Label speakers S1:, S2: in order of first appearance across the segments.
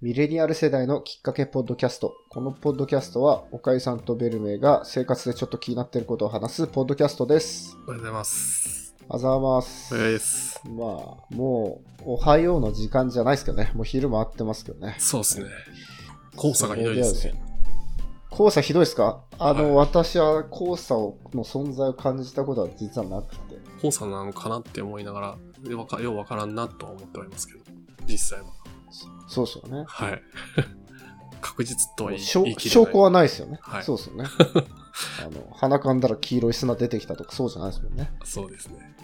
S1: ミレニアル世代のきっかけポッドキャスト。このポッドキャストは、おかゆさんとベルメイが生活でちょっと気になっていることを話すポッドキャストです。
S2: おはようございます。
S1: あざーま
S2: お
S1: す。
S2: はようです。
S1: まあ、もう、おはようの時間じゃないですけどね。もう昼回ってますけどね。
S2: そうですね。黄砂がひどいですね。
S1: 黄砂ひどいですかあの、
S2: は
S1: 私は黄砂をの存在を感じたことは実はなくて。
S2: 黄砂なのかなって思いながら、でわかようわからんなとは思っておりますけど、実際は。
S1: そうですよね。
S2: はい。 確実とは言い
S1: 証
S2: 言い切れ
S1: 証
S2: ない。
S1: 拠はないですよね。
S2: はい
S1: そうですよね。あの鼻かんだら黄色い砂出てきたとかそうじゃないですもんね。
S2: そうですね。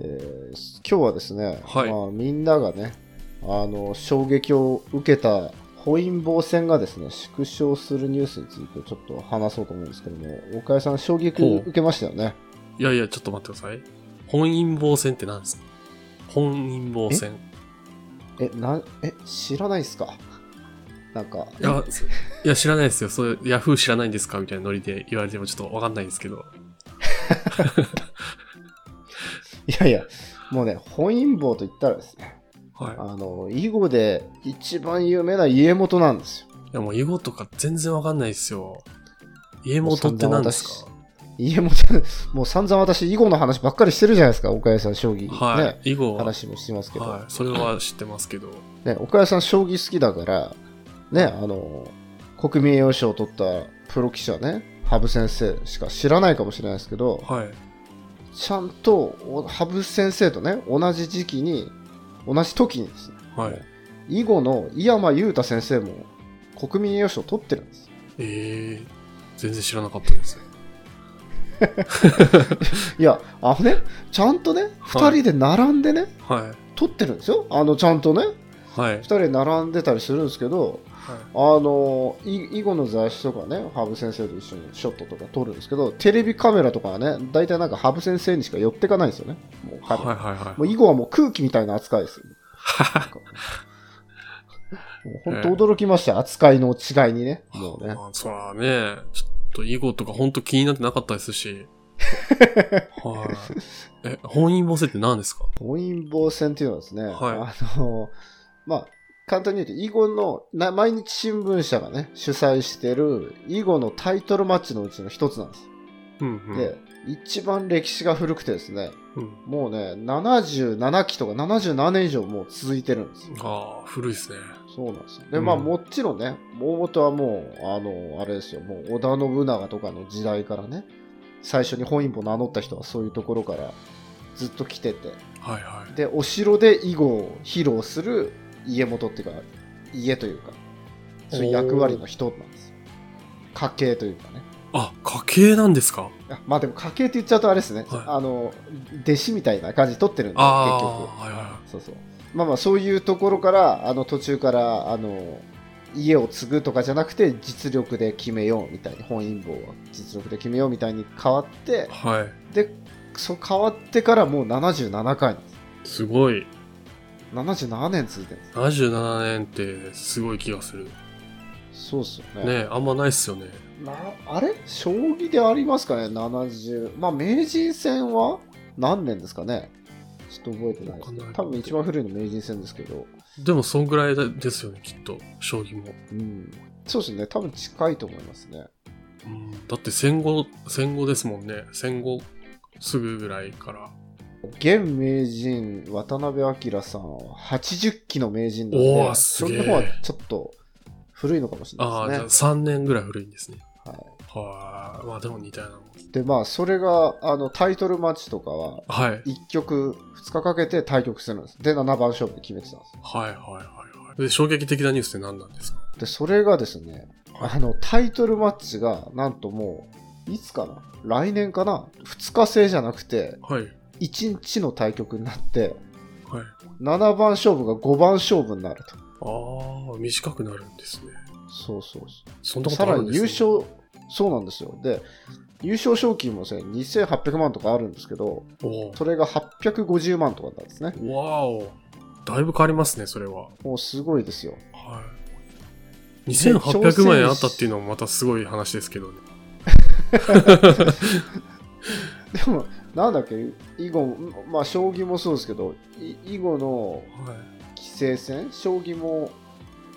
S1: えー今日はですね、
S2: はい
S1: まあ、みんながねあの衝撃を受けた本因坊戦がですね縮小するニュースについてちょっと話そうと思うんですけども岡井さん衝撃
S2: ほう
S1: 受けましたよね。
S2: いやいや、ちょっと待ってください。本因坊戦って何ですか本因坊戦。
S1: えなえ知らないですかなんか
S2: いや、そいや、知らないですよ。そうヤフー知らないんですかみたいなノリで言われてもちょっとわかんないですけど。
S1: いやいやもうね本因坊と言ったらですね
S2: は
S1: あの囲碁で一番有名な家元なんですよ。
S2: い。いや、もう囲碁とか全然わかんないですよ。家元って何ですか
S1: 家元、もう散々私、囲碁の話ばっかりしてるじゃないですか、岡谷さん、将棋、
S2: は
S1: ね、
S2: い。囲碁は
S1: 話もしてますけど、
S2: はい、それは知ってますけど、
S1: ね、岡谷さん、将棋好きだから、ね、あの、国民栄誉賞を取ったプロ棋士はね、羽生先生しか知らないかもしれないですけど、
S2: はい、
S1: ちゃんとお羽生先生とね、同じ時期に、同じ時にですね、
S2: はい。
S1: 囲碁の井山裕太先生も国民栄誉賞を取ってるんです。
S2: えー、全然知らなかったですね。
S1: いや、あのね、ちゃんとね、
S2: は
S1: 2
S2: い
S1: 人で並んでね、
S2: は
S1: 取ってるんですよ、あの、ちゃんとね。
S2: い、はい
S1: 2、人で並んでたりするんですけど、
S2: はい。
S1: あのい囲碁の雑誌とかね、羽生先生と一緒にショットとか撮るんですけど、テレビカメラとかはね、大体なんか羽生先生にしか寄ってかないんですよね、もう
S2: はい、
S1: 彼、
S2: はい、は
S1: もう囲碁はもう空気みたいな扱いです よ。なんかもう 本当驚きました、扱いの違いにね、
S2: い。
S1: もうね。
S2: まあ、そらね、ちょっと囲碁とか本当気になってなかったです し。はい。え、本因坊制って何ですか
S1: 本因坊戦っていうのはですね、
S2: は
S1: あのまあ、簡単に言うと、囲碁のな毎日新聞社がね、主催してる囲碁のタイトルマッチのうちの一つなんです。
S2: うん、うん。
S1: で、一番歴史が古くてですね、
S2: うん、
S1: もうね、77期とか77年以上もう続いてるんですよ。
S2: ああ、古いですね。
S1: そうなんですよ。で、まあ
S2: うん
S1: もちろんね、大元はもう、あの、あれですよ、もう織田信長とかの時代からね、最初に本因坊名乗った人はそういうところからずっと来てて、
S2: はい、はい。
S1: で、お城で囲碁を披露する家元っていうか、家というか、そういう役割の人なんですよ。家系というかね。
S2: あ、家系なんですか
S1: あまあでも家系って言っちゃうとあれですね、
S2: はい
S1: あの弟子みたいな感じで取ってるんで結
S2: あ
S1: 局
S2: あー、はい、は
S1: そうそうまあまあそういうところからあの途中からあの家を継ぐとかじゃなくて実力で決めようみたいに本因坊は実力で決めようみたいに変わって
S2: い。はい。
S1: でそう変わってからもう77回なんです
S2: すごい。
S1: 77年続いてるんで
S2: 77年ってすごい気がする。
S1: すそうっすよね
S2: ねあんまないっすよね。
S1: なあれ将棋でありますかね70まあ名人戦は何年ですかねちょっと覚えてないですけど
S2: わかんない
S1: 多分一番古いの名人戦ですけど
S2: でも、そんぐらいだですよね、きっと。将棋も。
S1: うんそうですね多分近いと思いますね
S2: うん、だって戦後、戦後ですもんね。戦後すぐぐらいから。
S1: 現名人渡辺明さんは80期の名人なの
S2: お
S1: で
S2: ーす
S1: そ
S2: げ
S1: れ
S2: え
S1: の方はちょっと古いのかもしれ
S2: あ
S1: な
S2: あ、
S1: いで
S2: じ
S1: す
S2: ゃあ
S1: ね
S2: 3年ぐらい古いんですね。
S1: はい
S2: はい。まあでも似たようなもん。
S1: でまあそれがあのタイトルマッチとかは
S2: はい。はい
S1: 1局2日かけて対局するんですで7番勝負で決めてたんです
S2: はいはいはい。で、衝撃的なニュースって何なんですか
S1: で、それがですね、
S2: はい
S1: あの、タイトルマッチが、なんともう、いつかな来年かな ?2 日制じゃなくて、
S2: はい。
S1: 1日の対局になって、
S2: はい。
S1: 7番勝負が5番勝負になると。
S2: ああ、短くなるんですね。
S1: そうそうそ
S2: そん
S1: う。
S2: なこ
S1: さ
S2: とあ
S1: ら
S2: るんで
S1: に
S2: す
S1: 優
S2: ね、
S1: 勝、そうなんですよ。で、優勝賞金もですね、2800万とかあるんですけど、
S2: お
S1: それが850万とかなんですね。
S2: お。わお。だいぶ変わりますね、それは。
S1: もうすごいですよ。
S2: はい。2800万円あったっていうのもまたすごい話ですけどね。
S1: でも、なんだっけ、囲碁も、まあ、将棋もそうですけど、い囲碁の
S2: はい。
S1: 棋聖戦将棋も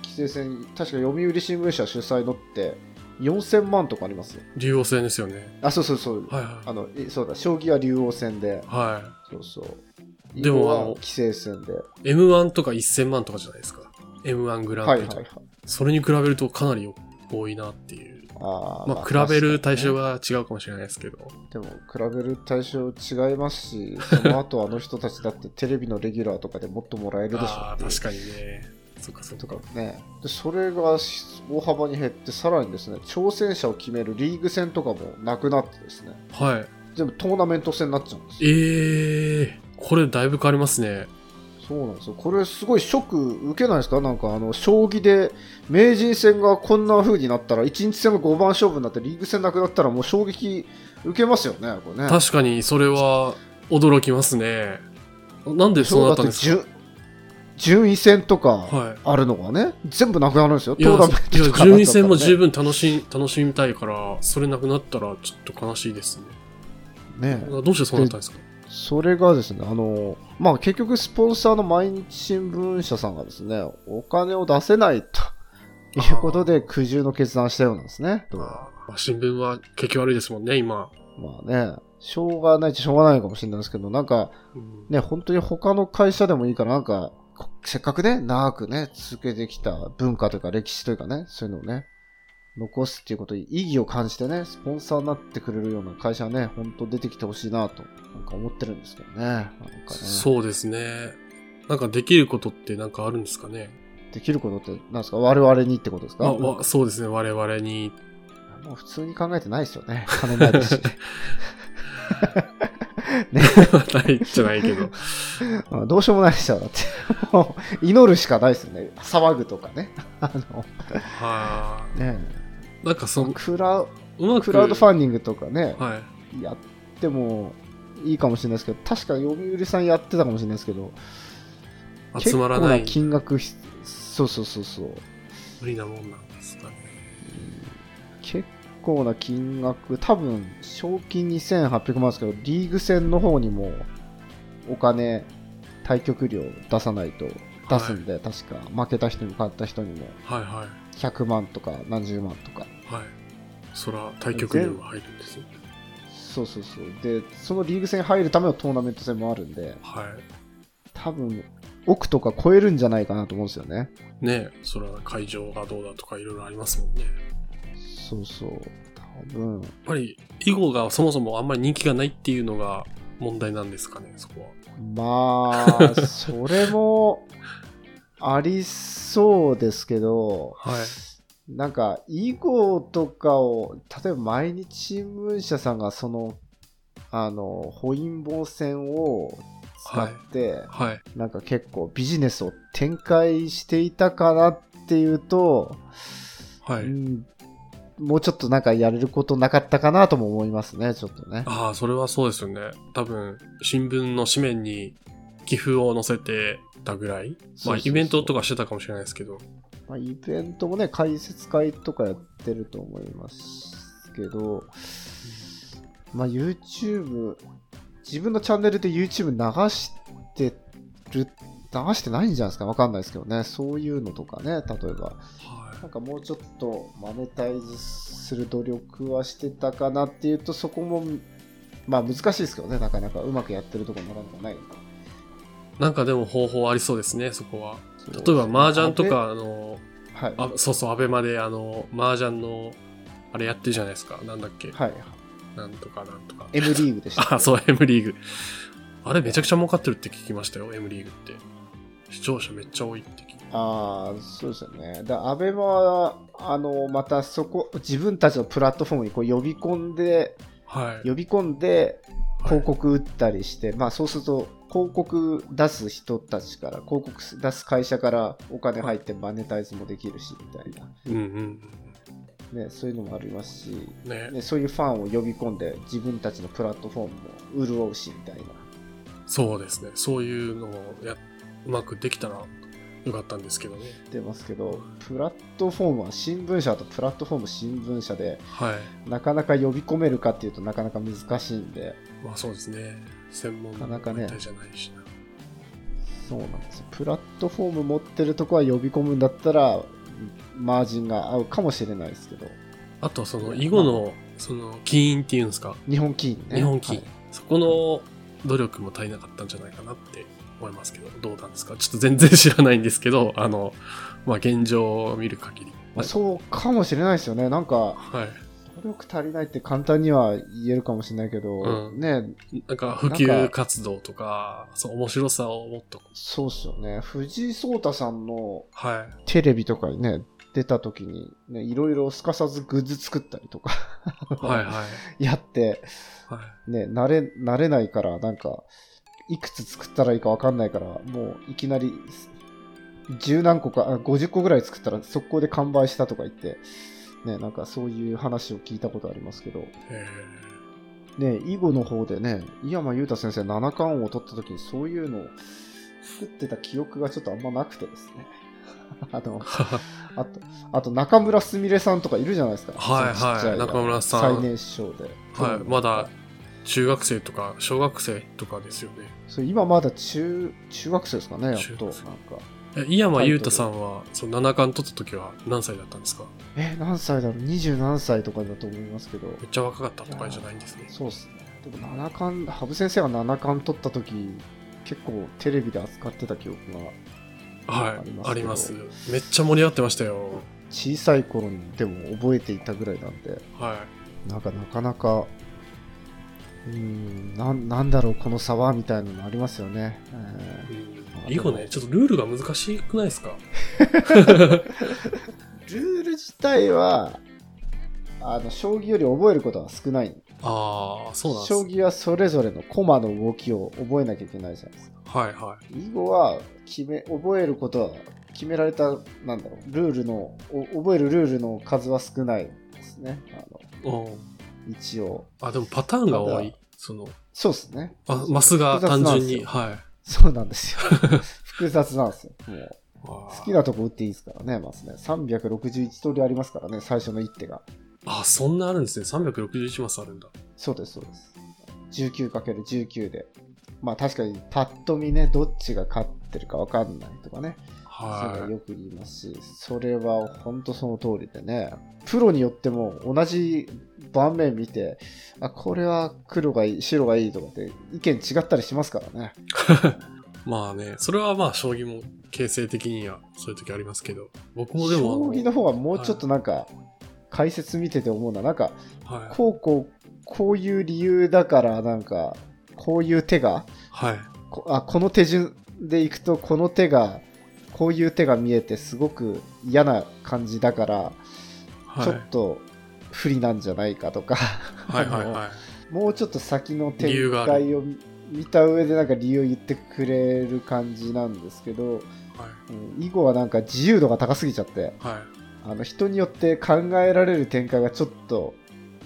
S1: 棋聖戦、確か読売新聞社主催のって、4000万とかありますよ。
S2: 竜王戦ですよね。
S1: あ、そうそうそう。
S2: はいは
S1: あの、えそうだ、将棋は竜王戦で、
S2: い。は
S1: そうそう。
S2: でも
S1: 囲碁
S2: あ
S1: は
S2: の。
S1: 棋聖戦で。はい
S2: M1 とか1000万とかじゃないですか。M1 グランプ
S1: いはい
S2: リとか。
S1: はい。
S2: それに比べるとかなり多いなっていう。
S1: あー
S2: まあ、比べる対
S1: 確
S2: 象が違うかもしれないですけど。
S1: かにねでも、比べる対象違いますし、その後あの人たちだってテレビのレギュラーとかでもっともらえるでしょ
S2: ああ、確
S1: に。
S2: かにね。そっかそっ
S1: と
S2: か
S1: か。ね。で、それが大幅に減って、さらにですね、挑戦者を決めるリーグ戦とかもなくなってですね、
S2: はい。
S1: 全部トーナメント戦になっちゃうんですよ。
S2: ええー、これだいぶ変わりますね。
S1: そうなんですよ。これすごいショック受けないですかなんかあの、将棋で名人戦がこんな風になったら、1日戦が5番勝負になって、リーグ戦なくなったらもう衝撃受けますよね、これね。
S2: 確かにそれは驚きますね。なんでそうなったんです
S1: そうだって順順位戦と
S2: か
S1: か
S2: はい。
S1: あるのがね、全部なくなるんですよ。
S2: いや、
S1: トーナメント
S2: いや
S1: とか
S2: 順位戦も十
S1: 分。
S2: 分楽しみ、楽しみたいから、それなくなったらちょっと悲しいですね。
S1: ねえ
S2: どうしてそうなったんですか
S1: それがですね、あの、まあ、結局スポンサーの毎日新聞社さんがですね、お金を出せないと。いうことで苦渋の決断したようなんですね。
S2: まあ新聞は景気悪いですもんね、今。
S1: まあね、しょうがないっちゃしょうがないかもしれないですけど、なんか
S2: うん
S1: ね、本当に他の会社でもいいから、なんか、こせっかくね、長くね、続けてきた文化というか歴史というかね、そういうのをね、残すっていうことに意義を感じてね、スポンサーになってくれるような会社はね、本当出てきてほしいなと、なんか思ってるんですけどね。なんかね、
S2: そうですね。なんかできることってなんかあるんですかね。
S1: できることって、なんですか我々にってことですか
S2: あ、わそうですね、我々に。
S1: もう普通に考えてないですよね。金ない ですし。
S2: ないじゃない けど。
S1: うんどうしようもないですよ。だって、もう祈るしかないですよね。騒ぐとかね。あの、
S2: は
S1: ね
S2: い。なんかその、
S1: クラ
S2: うまく。
S1: クラウドファンディングとかね、
S2: はい。
S1: やってもいいかもしれないですけど、確か読売さんやってたかもしれないですけど、
S2: 集まらない
S1: 結構な金額ひ、そうそうそうそう、
S2: 無理なもんなんですかね。
S1: 結構な金額、多分賞金2800万ですけど、リーグ戦の方にもお金、対局料出さないと出すんで、確か負けた人にも勝った人にも
S2: はいはい。
S1: 100万とか何十万とか。
S2: はい。そら、対局料が入るんですよ。
S1: そうそうそうでそのリーグ戦入るためのトーナメント戦もあるんで
S2: は
S1: 多分億とか超えるんじゃないかなと思うんですよね
S2: い。ねえ、そら、会場がどうだとかいろいろありますもんね。や
S1: そうそう多分
S2: っぱり、囲碁がそもそもあんまり人気がないっていうのが問題なんですかね、そこは。
S1: まあそれもありそうですけど
S2: はい。
S1: なんか囲碁とかを例えば毎日新聞社さんがそのあの本因坊戦を使って、
S2: はい。
S1: なんか結構ビジネスを展開していたかなっていうと、
S2: は
S1: う
S2: い。
S1: ん、もうちょっとなんかやれることなかったかなとも思いますね、ちょっとね。
S2: ああ、それはそうですよね。多分、新聞の紙面に寄付を載せてたぐらい。まあ、イベントと
S1: か、
S2: かしてたかもしれないですけど。
S1: まあ、イベントもね、解説会とかやってると思いますけど、まあ、YouTube、自分のチャンネルで YouTube 流してる、流してないんじゃないですか、わかんないですけどね、そういうのとかね、例えば。
S2: は
S1: なんかもうちょっとマネタイズする努力はしてたかなっていうと、そこも、まあ難しいですけどね、なかなかうまくやってるところなかなかない。
S2: い。なんかでも方法ありそうですね、そこは。
S1: そう
S2: 例えば、麻雀と、か、あの、
S1: はい、は
S2: あそうそう、アベマで、あの、麻雀の、あれやってるじゃないですか。なんだっけ。
S1: い、
S2: なんとかなんとか。
S1: M リーグでした。
S2: あ、そう、M リーグ。あれめちゃくちゃ儲かってるって聞きましたよ、M リーグって。視聴者めっちゃ多いって聞き。
S1: ああ、そうですよね。だアベマは、あの、またそこ、自分たちのプラットフォームにこう呼び込んで、
S2: はい。
S1: 呼び込んで、
S2: はい
S1: 広告打ったりして、まあそうすると、広告出す人たちから、広告出す会社からお金入ってマネタイズもできるし、みたいな。
S2: うんうん
S1: ね、そういうのもありますし、
S2: うん。ね。
S1: ね、そういうファンを呼び込んで自分たちのプラットフォームも潤うしみたいな。
S2: そうですね。そういうのもや、うまくできたらよかったんですけどね。
S1: 言ってますけど、プラットフォームは新聞社とプラットフォーム新聞社で、
S2: はい。
S1: なかなか呼び込めるかっていうとなかなか難しいんで、
S2: まあそうですね。専門
S1: なかなかね
S2: 媒体じゃないしな。
S1: そうなんですよ。プラットフォーム持ってるとこは呼び込むんだったら、マージンが合うかもしれないですけど、
S2: あとはその囲碁の、その、起因っていうんですか、
S1: 日本棋院ね。
S2: 日本棋
S1: は
S2: 院、そこの努力も足りなかったんじゃないかなって思いますけど、どうなんですかちょっと全然知らないんですけど、あの、まあ、現状を見る限り。
S1: いまあそうかもしれないですよね。なんか、
S2: はい。
S1: 努力足りないって簡単には言えるかもしれないけど、
S2: うん
S1: ね、
S2: なんか普及活動とか、そう、面白さをもっと、
S1: そうっすよね。藤井聡太さんの
S2: は
S1: テレビとかにね、出た時に、ね、いろいろすかさずグッズ作ったりとか
S2: い。はいは い。
S1: やって、
S2: はい。
S1: ね、慣れ、慣れないから、なんか、いくつ作ったらいいかわかんないから、もういきなり、十何個か、あ50個ぐらい作ったら速攻で完売したとか言って、ね、なんかそういう話を聞いたことありますけど、
S2: え
S1: ね、囲碁の方でね、井山裕太先生七冠王を取った時にそういうのを作ってた記憶がちょっとあんまなくてですね。 あの、
S2: ー
S1: あと、あと中村すみれさんとかいるじゃないですか。
S2: はいはい
S1: そのちっちゃ
S2: 中村さん
S1: 最年少で。
S2: はい。まだ、中学生とか、小学生とかですよね。
S1: そう今まだ中、中学生ですかね、やっ
S2: 中
S1: と。な
S2: 学
S1: ん
S2: 生
S1: か。
S2: え、井山裕太さんは、その七冠取った時は何歳だったんですか
S1: え、何歳だろう ?27 歳とかだと思いますけど。
S2: めっちゃ若かったとかじゃないんですね。
S1: そうっすね。でも七冠、羽生先生が七冠取った時、結構テレビで扱ってた記憶が
S2: は
S1: あり
S2: い
S1: ま。す
S2: あります。めっちゃ盛り上がってましたよ。
S1: 小さい頃にでも覚えていたぐらいなんで、
S2: は
S1: なんかなかなか、うーん、なんなんだろう、この差はみたいなのありますよね。え
S2: い。うん囲碁ね、ちょっとルールが難しくないですか
S1: ールール自体は、あの将棋より覚えることは少ない
S2: ああ、そうなんです
S1: 将棋はそれぞれの駒の動きを覚えなきゃいけないじゃないですか。
S2: はいはい。
S1: 囲碁は決め覚えることは決められたなんだろうルールのお覚えるルールの数は少ないですね。あの
S2: うん
S1: 一応
S2: あ、でもパターンが多
S1: た
S2: い。その、
S1: そうですね。
S2: あマスが
S1: 複雑
S2: 単
S1: なん
S2: 純
S1: ですよ
S2: に。は
S1: そうなんです よ。複雑なんですよ。もう
S2: い。好
S1: 好きなとこ打っていいですからね、まずね。361通りありますからね、最初の一手が。
S2: あ、そんなあるんですね。361マスあるんだ。
S1: そうです、そうです。19×19 で。まあ確かにパッと見ね、どっちが勝ってるか分かんないとかね。そういうの
S2: は
S1: よく言いますし、それは本当その通りでね、プロによっても同じ盤面見て、あ、これは黒がいい、白がいいとかって意見違ったりしますからね。
S2: い。まあね、それはまあ、将棋も形成的にはそういう時ありますけど、僕もでもあ
S1: 将
S2: の、
S1: 棋の方はもうちょっとなんか、解説見てて思うのは、なんか、
S2: はい。
S1: こうこう、こういう理由だから、なんか、こういう手が、
S2: はい。
S1: こあこの手順でいくと、この手が、こういう手が見えて、すごく嫌な感じだから、
S2: は
S1: ち
S2: い
S1: ょ。っと不利なんじゃないかとか、
S2: はいはいはい。
S1: もうちょっと先の展
S2: 理由がある
S1: 開を見た上でなんか理由を言ってくれる感じなんですけど、
S2: はい。
S1: うん囲碁はなんか自由度が高すぎちゃって、
S2: はい。
S1: あの人によって考えられる展開がちょっと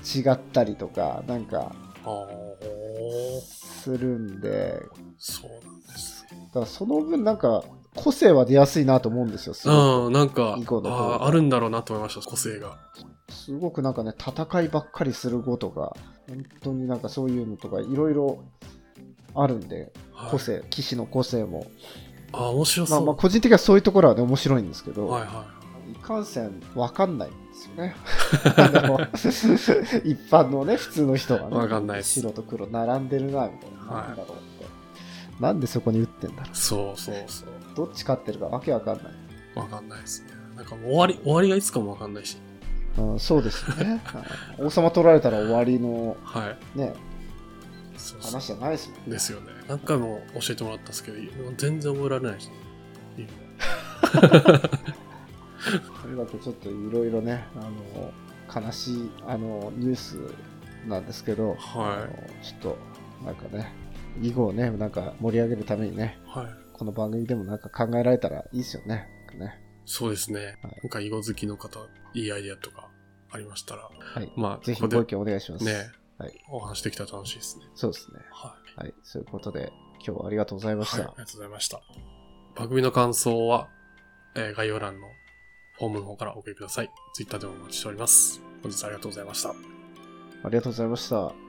S1: 違ったりとか、なんか
S2: あー
S1: するんで、
S2: そうなんです。
S1: だからその分なんか個性は出やすいなと思うんですよ。すご
S2: うん、なんか、あ
S1: 囲碁の方が
S2: ーあるんだろうなと思いました、個性が。
S1: くすごくなんかね、戦いばっかりする碁とか、本当になんかそういうのとかいろいろあるんで、
S2: はい
S1: 個性、棋士の個性も。
S2: あー、面白
S1: ま
S2: そ
S1: あ
S2: う。
S1: まあ個人的にはそういうところはね、面白いんですけど、
S2: はいはい。
S1: いかんせんわかんないんですよ ね。あの一般のね、普通の人がね、
S2: わかんないです
S1: 白と黒並んでるな、みたいな。
S2: はい
S1: なんだろうって。なんでそこに打ってんだろ
S2: そうそうそう。
S1: う。どっち勝ってるかわけわかんない。
S2: わかんないですね。なんかもう終わり、終わりがいつかもわかんないし。
S1: うん、そうですよね。うん王様取られたら終わりの
S2: はい。
S1: ね、
S2: そうそう
S1: 話じゃないですもんね。
S2: ですよね。何回も教えてもらったんですけど、全然覚えられないし。
S1: とにかくちょっといろいろね、あの、悲しい、あの、ニュースなんですけど、あの
S2: は
S1: ちょっと、なんかね、囲碁をね、なんか盛り上げるためにね
S2: い。、はい。
S1: この番組でもなんか考えられたらいいですよね。なんかね
S2: そうですね
S1: はい。
S2: なんか囲碁好きの方、いいアイディアとかありましたら、
S1: い
S2: まあ、
S1: ぜひ
S2: こ
S1: ご
S2: こ
S1: 意
S2: で
S1: 見お願いします。
S2: ね、
S1: はい
S2: お話できたら楽しいですね。
S1: そうですね。
S2: は
S1: はい。そういうことで、今日はありがとうござい
S2: い。
S1: まし
S2: はい、あ
S1: た。
S2: りがとうございました。番組の感想は、えー概要欄のフォームの方からお送りください。Twitter でもお待ちしております。本日はありがとうございました。
S1: ありがとうございました。